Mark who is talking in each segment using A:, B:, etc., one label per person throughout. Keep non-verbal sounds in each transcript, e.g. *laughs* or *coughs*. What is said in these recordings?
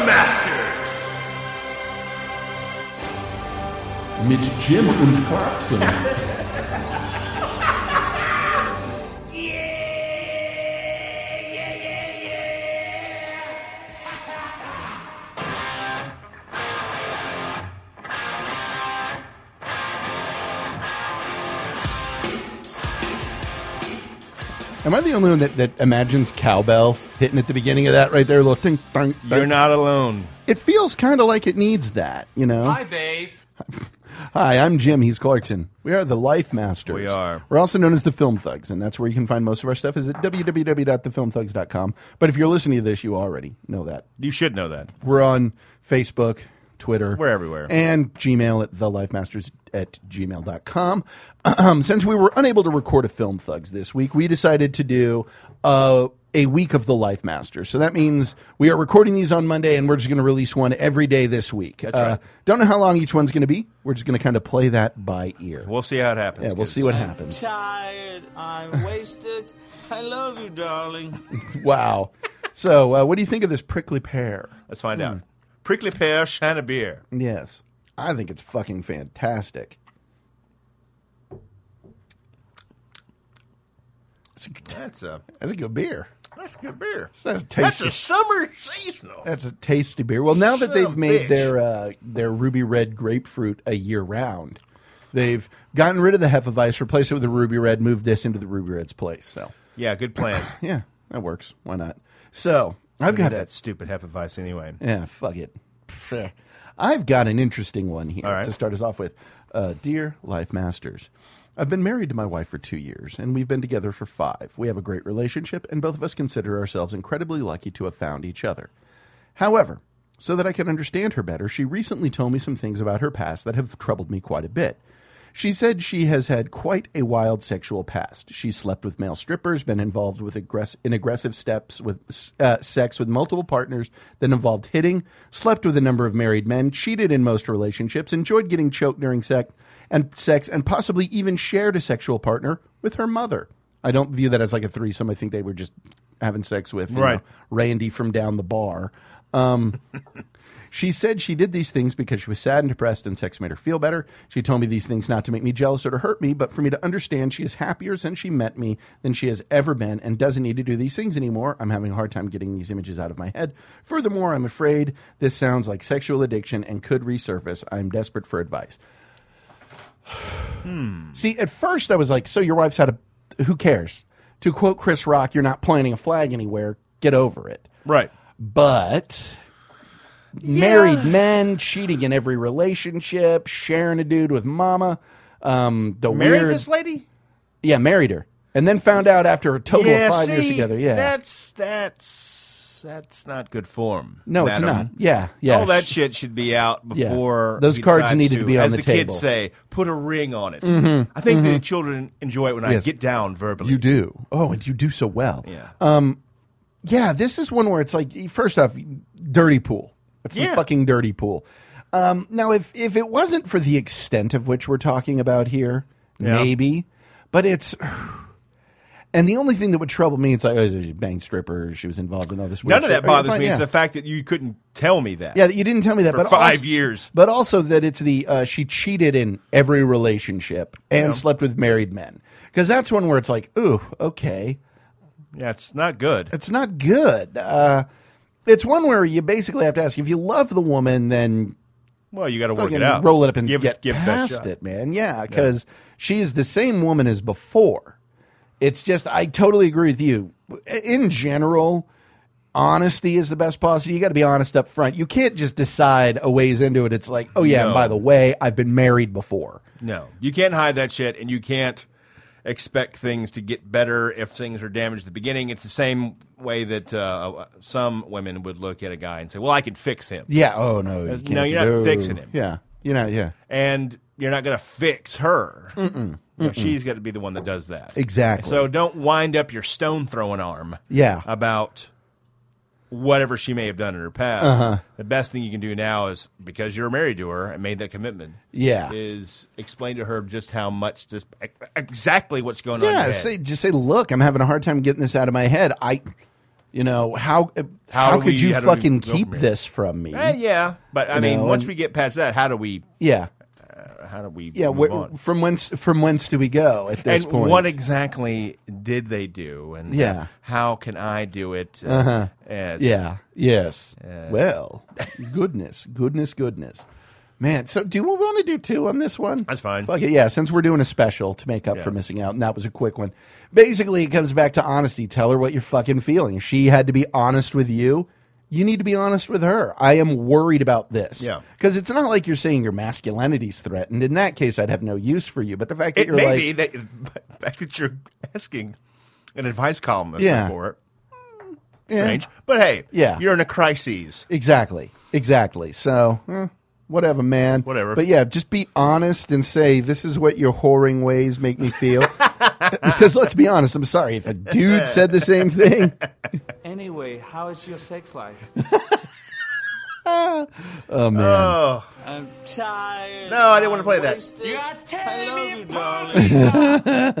A: Masters.
B: Mit Jim und Clarkson.
C: Am I the only one that, that imagines cowbell hitting at the beginning of that right there? Little ting, dong, dong.
D: You're not alone.
C: It feels kind of like it needs that, you know?
E: Hi, babe.
C: *laughs* Hi, I'm Jim. He's Clarkson. We are the Life Masters.
D: We are.
C: We're also known as the Film Thugs, and that's where you can find most of our stuff is at www.thefilmthugs.com. But if you're listening to this, you already know that.
D: You should know that.
C: We're on Facebook, Twitter.
D: We're everywhere.
C: And Gmail at thelifemasters at gmail.com. Um, *clears throat* since we were unable to record a Film Thugs this week, we decided to do uh, a week of the Life Masters. So that means we are recording these on Monday, and we're just going to release one every day this week. uh, Don't know how long each one's going to be. We're just going to kind of play that by ear.
D: We'll see how it happens.
C: yeah, we'll
D: 'cause
C: see what happens. *laughs*
E: Tired.
D: *laughs*
E: I'm wasted. I love you, darling.
C: Wow. So, uh, what do you think of this prickly pear?
D: Let's find
C: Hmm.
D: out. Prickly pear, shine a beer.
C: Yes. I think it's fucking fantastic.
D: That's a
C: That's a good beer.
D: that's a good beer.
C: That's
D: That's
C: tasty.
D: a summer seasonal.
C: That's a tasty beer. Well, now
D: Son
C: that
D: of
C: they've
D: a
C: made
D: bitch.
C: their uh, their ruby red grapefruit a year round, they've gotten rid of the Hefeweiss, replaced it with the ruby red, moved this into the ruby red's place. So,
D: Yeah, good
C: *coughs*
D: plan.
C: yeah, that works. Why not? So, I've
D: Got
C: got
D: that
C: it.
D: stupid hep advice anyway.
C: Yeah, fuck it. Pfft. I've got an interesting one here
D: All right.
C: to start us off with. Uh, dear Life Masters, I've been married to my wife for two years, and we've been together for five. We have a great relationship, and both of us consider ourselves incredibly lucky to have found each other. However, so that I can understand her better, she recently told me some things about her past that have troubled me quite a bit. She said she has had quite a wild sexual past. She slept with male strippers, been involved with aggress- in aggressive steps with uh, sex with multiple partners that involved hitting, slept with a number of married men, cheated in most relationships, enjoyed getting choked during sex and sex, and possibly even shared a sexual partner with her mother. I don't view that as like a threesome. I think they were just having sex with you
D: Right.
C: know, Randy from down the bar. Um, she said she did these things because she was sad and depressed and sex made her feel better. She told me these things not to make me jealous or to hurt me, but for me to understand she is happier since she met me than she has ever been and doesn't need to do these things anymore. I'm having a hard time getting these images out of my head. Furthermore, I'm afraid this sounds like sexual addiction and could resurface. I'm desperate for advice. See, at first I was like, so your wife's had a. Who cares? To quote Chris Rock, you're not planting a flag anywhere. Get over it
D: Right.
C: but married men cheating in every relationship, sharing a dude with mama. Um, the
D: Married
C: weird,
D: this lady?
C: yeah, married her, and then found out after a total of five years
D: see,
C: together. Yeah,
D: That's that's that's not good form.
C: no, it's
D: madam.
C: not. Yeah, yeah.
D: All that shit should be out
C: Yeah.
D: before
C: Those
D: he
C: cards
D: decides
C: needed to be on
D: as
C: the table. Mm-hmm.
D: kids say, put a ring on it. I think the children enjoy it when I
C: Yes.
D: get down verbally.
C: you do. Um, Oh, and you do so well.
D: Yeah.
C: yeah, this is one where it's like, first off, dirty pool. It's a
D: Yeah.
C: fucking dirty pool. Um, now, if if it wasn't for the extent of which we're talking about here,
D: Yeah.
C: maybe, but it's. And the only thing that would trouble me, it's like, oh, she banged strippers. She was involved in all this. weird
D: None of
C: shit.
D: that bothers
C: Fine,
D: me.
C: Yeah.
D: It's the fact that you couldn't tell me that.
C: yeah, that you didn't tell me that.
D: For
C: but
D: five
C: als-
D: years.
C: But also that it's the uh, she cheated in every relationship and slept with married men because that's one where it's like, ooh, okay.
D: Yeah, it's not good.
C: it's not good. Uh, it's one where you basically have to ask if you love the woman, then
D: Well, you got to work
C: fucking
D: it out.
C: roll it up and
D: give,
C: get
D: give best
C: past
D: shot.
C: it, man. Yeah, because she is the same woman as before. It's just I totally agree with you. In general, honesty is the best policy. You got to be honest up front. You can't just decide a ways into it. It's like, oh yeah, and
D: No.
C: by the way, I've been married before.
D: No, you can't hide that shit, and you can't expect things to get better if things are damaged at the beginning. It's the same way that uh, some women would look at a guy and say, "Well, I can fix him,"
C: Yeah. Oh no. You
D: No,
C: can't
D: you're
C: do-
D: not
C: no.
D: fixing him.
C: Yeah. You know. Yeah.
D: and you're not going to fix her. You know, she's got to be the one that does that.
C: Exactly.
D: So don't wind up your stone throwing arm.
C: Yeah.
D: About whatever she may have done in her past.
C: Uh-huh.
D: The best thing you can do now is because you're married to her and made that commitment.
C: Yeah.
D: Is explain to her just how much this exactly what's going on. in
C: Yeah,
D: your head.
C: say, just say, look, I'm having a hard time getting this out of my head. I You know how uh, how,
D: How do
C: could
D: we-
C: you
D: how do we
C: fucking
D: go from
C: keep
D: here?
C: this from me?
D: Eh, yeah, but I
C: You
D: mean,
C: know,
D: once
C: and-
D: we get past that, how do we
C: yeah,
D: how do we
C: yeah.
D: move
C: wh-
D: on?
C: from whence from whence do we go at this
D: and
C: point?
D: what exactly did they do? And uh,
C: Yeah. Uh-huh.
D: how can I do it? Uh, as-
C: Yeah. Yes. well, goodness, goodness, goodness. Man, so do we want to do two on this one?
D: That's fine.
C: Fuck it, yeah. Since we're doing a special to make up for
D: Yeah.
C: missing out, and that was a quick one. Basically, it comes back to honesty. Tell her what you're fucking feeling. If She had to be honest with you. You need to be honest with her. I am worried about this.
D: Yeah.
C: Because it's not like you're saying your masculinity's threatened. In that case, I'd have no use for you. But the fact that
D: It
C: you're
D: may
C: like,
D: be that *laughs* the fact that you're asking an advice columnist
C: Yeah.
D: for it.
C: Yeah.
D: Strange, but hey,
C: Yeah.
D: you're in a crisis.
C: Exactly. Exactly. So, eh, whatever, man.
D: Whatever.
C: But yeah, just be honest and say this is what your whoring ways make me feel. because let's be honest, I'm sorry if a dude said the same thing.
E: Anyway, how is your sex life?
D: *laughs* Oh,
E: I'm tired.
D: No, I didn't wanna play that.
E: You are telling I love you, darling.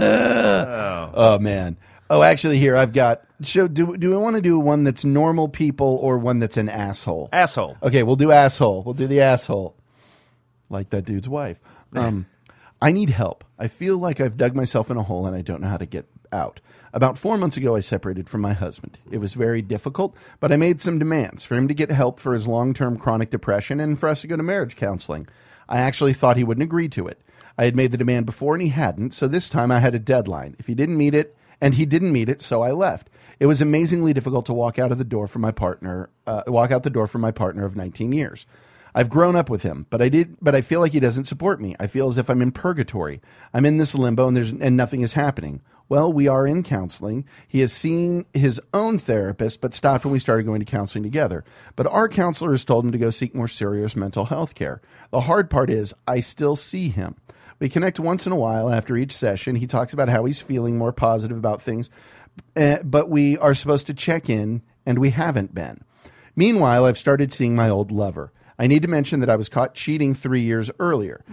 C: Oh man. Oh, actually, here I've got. So, do do we want to do one that's normal people or one that's an asshole?
D: asshole.
C: Okay, we'll do asshole. We'll do the asshole. Like that dude's wife. Um, *laughs* I need help. I feel like I've dug myself in a hole and I don't know how to get out. About four months ago, I separated from my husband. It was very difficult, but I made some demands for him to get help for his long term chronic depression and for us to go to marriage counseling. I actually thought he wouldn't agree to it. I had made the demand before and he hadn't, so this time I had a deadline. If he didn't meet it, and he didn't meet it, so I left. It was amazingly difficult to walk out of the door for my partner, uh, walk out the door for my partner of 19 years. I've grown up with him, but I did, but I feel like he doesn't support me. I feel as if I'm in purgatory. I'm in this limbo, and there's and nothing is happening. Well, we are in counseling. He has seen his own therapist, but stopped when we started going to counseling together. But our counselor has told him to go seek more serious mental health care. The hard part is, I still see him. We connect once in a while after each session. He talks about how he's feeling more positive about things, eh, but we are supposed to check in, and we haven't been. Meanwhile, I've started seeing my old lover. I need to mention that I was caught cheating three years earlier.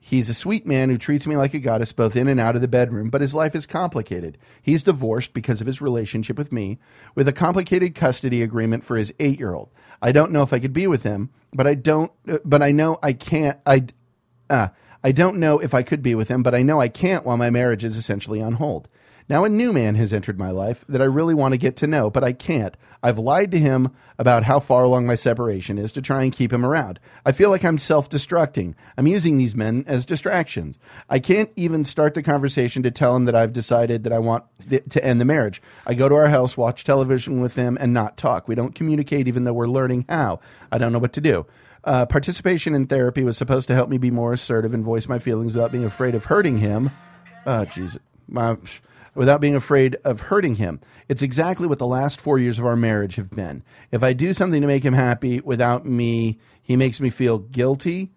C: He's a sweet man who treats me like a goddess both in and out of the bedroom, but his life is complicated. He's divorced because of his relationship with me, with a complicated custody agreement for his eight year old. I don't know if I could be with him, but I don't, uh, but I know I can't, I, uh, I don't know if I could be with him, but I know I can't while my marriage is essentially on hold. Now a new man has entered my life that I really want to get to know, but I can't. I've lied to him about how far along my separation is to try and keep him around. I feel like I'm self destructing. I'm using these men as distractions. I can't even start the conversation to tell him that I've decided that I want th- to end the marriage. I go to our house, watch television with him, and not talk. We don't communicate even though we're learning how. I don't know what to do. Uh, participation in therapy was supposed to help me be more assertive and voice my feelings without being afraid of hurting him. Oh, jeez. My- Without being afraid of hurting him. It's exactly what the last four years of our marriage have been. If I do something to make him happy without me, he makes me feel guilty.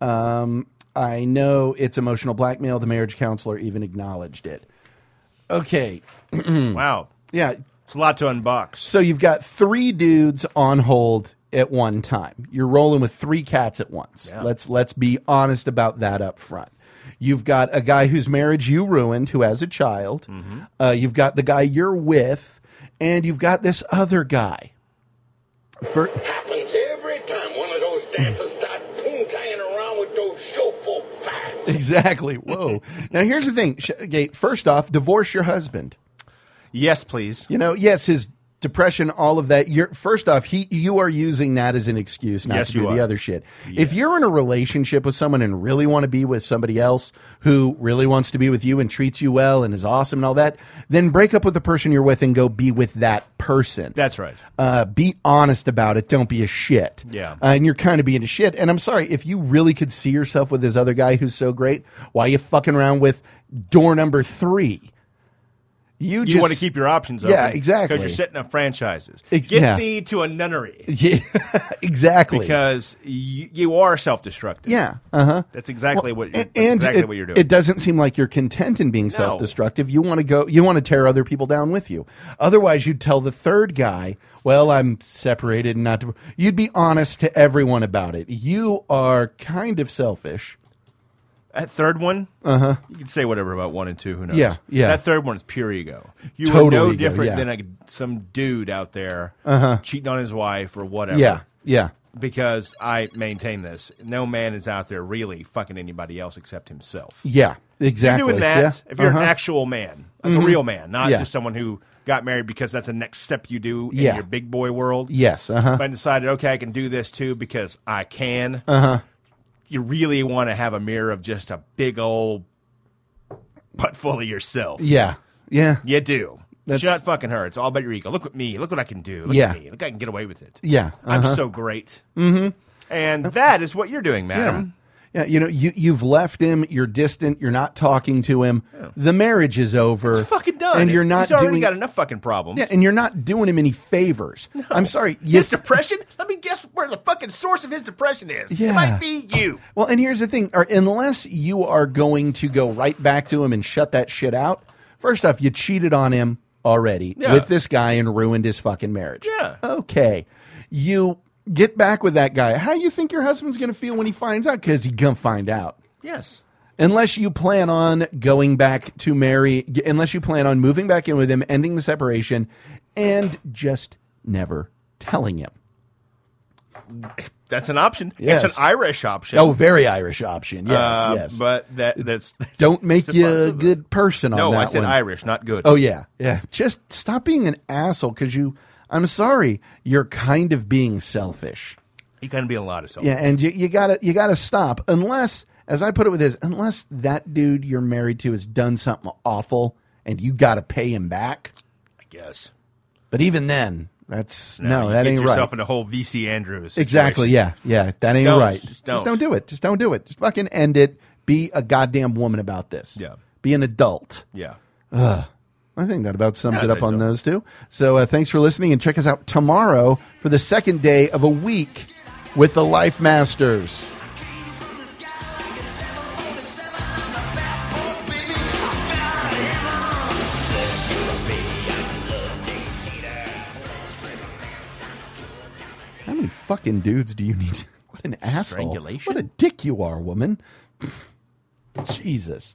C: Um, I know it's emotional blackmail. The marriage counselor even acknowledged it. Okay. Mm.
D: Wow,
C: Yeah.
D: it's a lot to unbox.
C: So you've got three dudes on hold at one time. You're rolling with three cats at once.
D: Yeah.
C: Let's let's be honest about that up front. You've got a guy whose marriage you ruined, who has a child. Uh, you've got the guy you're with, and you've got this other guy. For,
A: happens every time one of those dancers start ping-ponging around with those showful facts.
C: *laughs* exactly. Whoa. now here's the thing. Sh- Okay, first off, divorce your husband.
D: Yes, please.
C: You know, yes, his depression, all of that. You're first off, he you are using that as an excuse not
D: Yes,
C: to do
D: you
C: the
D: are.
C: other shit. If you're in a relationship with someone and really want to be with somebody else who really wants to be with you and treats you well and is awesome and all that, then break up with the person you're with and go be with that person.
D: That's right.
C: Uh, be honest about it. Don't be a shit.
D: Yeah.
C: Uh, and you're kind of being a shit. And I'm sorry, if you really could see yourself with this other guy who's so great, why you fucking around with door number three? You,
D: You
C: just
D: want to keep your options open.
C: Yeah, exactly.
D: Because you're setting up franchises.
C: Ex-
D: Get
C: yeah.
D: thee to a nunnery
C: *laughs* Yeah, exactly.
D: because you, you are self-destructive.
C: yeah, uh huh.
D: that's exactly what you're,
C: and
D: exactly
C: it,
D: what you're doing.
C: It doesn't seem like you're content in being self-destructive. You want to go. You want to tear other people down with you. Otherwise, you'd tell the third guy, "Well, I'm separated and not." To, you'd be honest to everyone about it. You are kind of selfish.
D: That third one, uh-huh. you can say whatever about one and two. Who knows?
C: Yeah, yeah.
D: That third one's pure ego. You are
C: Total
D: no
C: ego,
D: different
C: yeah. Uh-huh.
D: than like some dude out there cheating on his wife or whatever.
C: Yeah, yeah.
D: Because I maintain this: no man is out there really fucking anybody else except himself.
C: Yeah, exactly.
D: Doing that,
C: yeah.
D: if you're
C: Uh-huh. Mm-hmm.
D: an actual man, like a real man, not
C: Yeah.
D: just someone who got married because that's the next step you do in
C: Yeah.
D: your big boy world.
C: yes,
D: *laughs*
C: uh huh.
D: But I decided, okay, I can do this too because I can. Uh-huh. You really want to have a mirror of just a big old butt full of yourself.
C: Yeah, yeah,
D: You do.
C: That's-
D: Shut fucking her. It's all about your ego. Look at me. Look what I can do. Look
C: Yeah.
D: at me. Look, I can get away with it.
C: yeah. uh-huh.
D: I'm so great. Mm-hmm. And that is what you're doing,
C: Yeah.
D: madam.
C: Yeah, you know, you you've left him. You're distant. You're not talking to him. The marriage is over.
D: It's Fucking done.
C: And you're not
D: He's already
C: doing.
D: got enough fucking problems.
C: yeah, and you're not doing him any favors. I'm sorry.
D: His
C: Yes.
D: depression? Let me guess where the fucking source of his depression is.
C: Yeah.
D: It might be you.
C: Well, and here's the thing: or unless you are going to go right back to him and shut that shit out, first off, you cheated on him already
D: Yeah.
C: with this guy and ruined his fucking marriage.
D: Yeah.
C: Okay. You get back with that guy. How you think your husband's going to feel when he finds out? Because he gonna find out.
D: Yes.
C: Unless you plan on going back to marry, g- unless you plan on moving back in with him, ending the separation, and just never telling him.
D: That's an option.
C: Yes.
D: It's an Irish option.
C: Oh, very Irish option. Yes,
D: Uh,
C: yes.
D: But that that's
C: Don't make
D: it's a
C: you a
D: possibility.
C: good person
D: *laughs*
C: on
D: no.
C: that
D: I said
C: one.
D: Irish, not good.
C: Oh yeah, yeah. Just stop being an asshole because you. I'm sorry, you're kind of being selfish.
D: you kind of be a lot of self.
C: Yeah, and you, you gotta you gotta stop unless, as I put it with this, unless that dude you're married to has done something awful and you gotta pay him back.
D: I guess.
C: But even then, that's
D: No,
C: no,
D: you
C: that
D: get
C: ain't
D: yourself
C: right.
D: in a whole VC Andrews. situation.
C: Exactly. Yeah, yeah. That ain't
D: don't.
C: right.
D: Just
C: Just
D: don't.
C: don't do it. Just don't do it. Just fucking end it. Be a goddamn woman about this.
D: Yeah.
C: Be an adult.
D: Yeah.
C: I think that about sums
D: Yeah,
C: it
D: I'd
C: up
D: say
C: on
D: so.
C: those two. So uh, thanks for listening and check us out tomorrow for the second day of a week with the Life Masters. How many fucking dudes do you need? *laughs* What an asshole.
D: Strangulation?
C: What a dick you are, woman. *clears throat* Jesus.